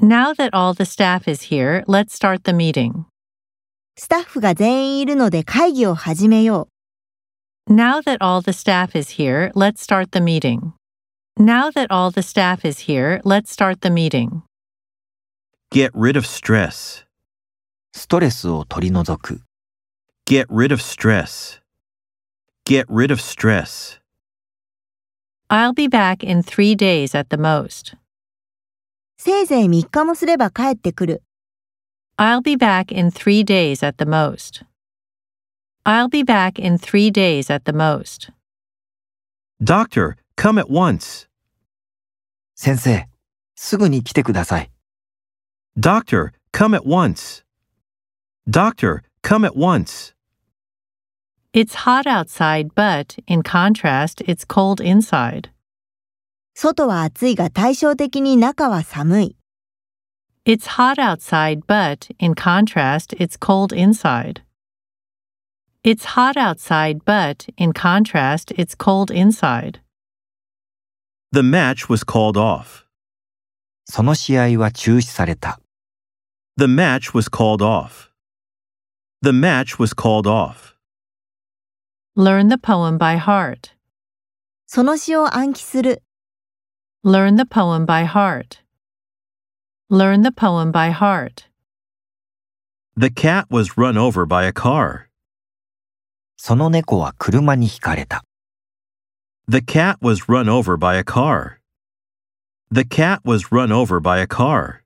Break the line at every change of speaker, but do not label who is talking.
Now that all the staff is here, let's start the meeting.
スタッフが全員いるので会議を始めよ
Now that all the staff is here, let's start the meeting. Now that all the staff is here, let's start the meeting.
Get rid of stress.
ストレスを取り除く。
Get rid of stress. Get rid of stress.
I'll be back in three days at the most.
う。せいぜい3日もすれば帰ってくる。
I'll be back in three days at the most. I'll be back in three days at the most.
Doctor, come at once.
先生、すぐに来てください。
Doctor, come at once. Doctor, come at once.
It's hot outside, but, in contrast, it's cold inside.
外は暑いが対照的に中は寒い。
It's hot outside, but, in contrast, it's cold inside. It's hot outside, but, in contrast, it's cold inside.
The match was called off.
その試合は中止された。
The match was called off. The match was called off.
Learn the poem by heart.
その詩を暗記する。
Learn the poem by heart. Learn the poem by heart.
The cat was run over by a car.
その猫は車にひかれた。
The cat was run over by a car. The cat was run over by a car.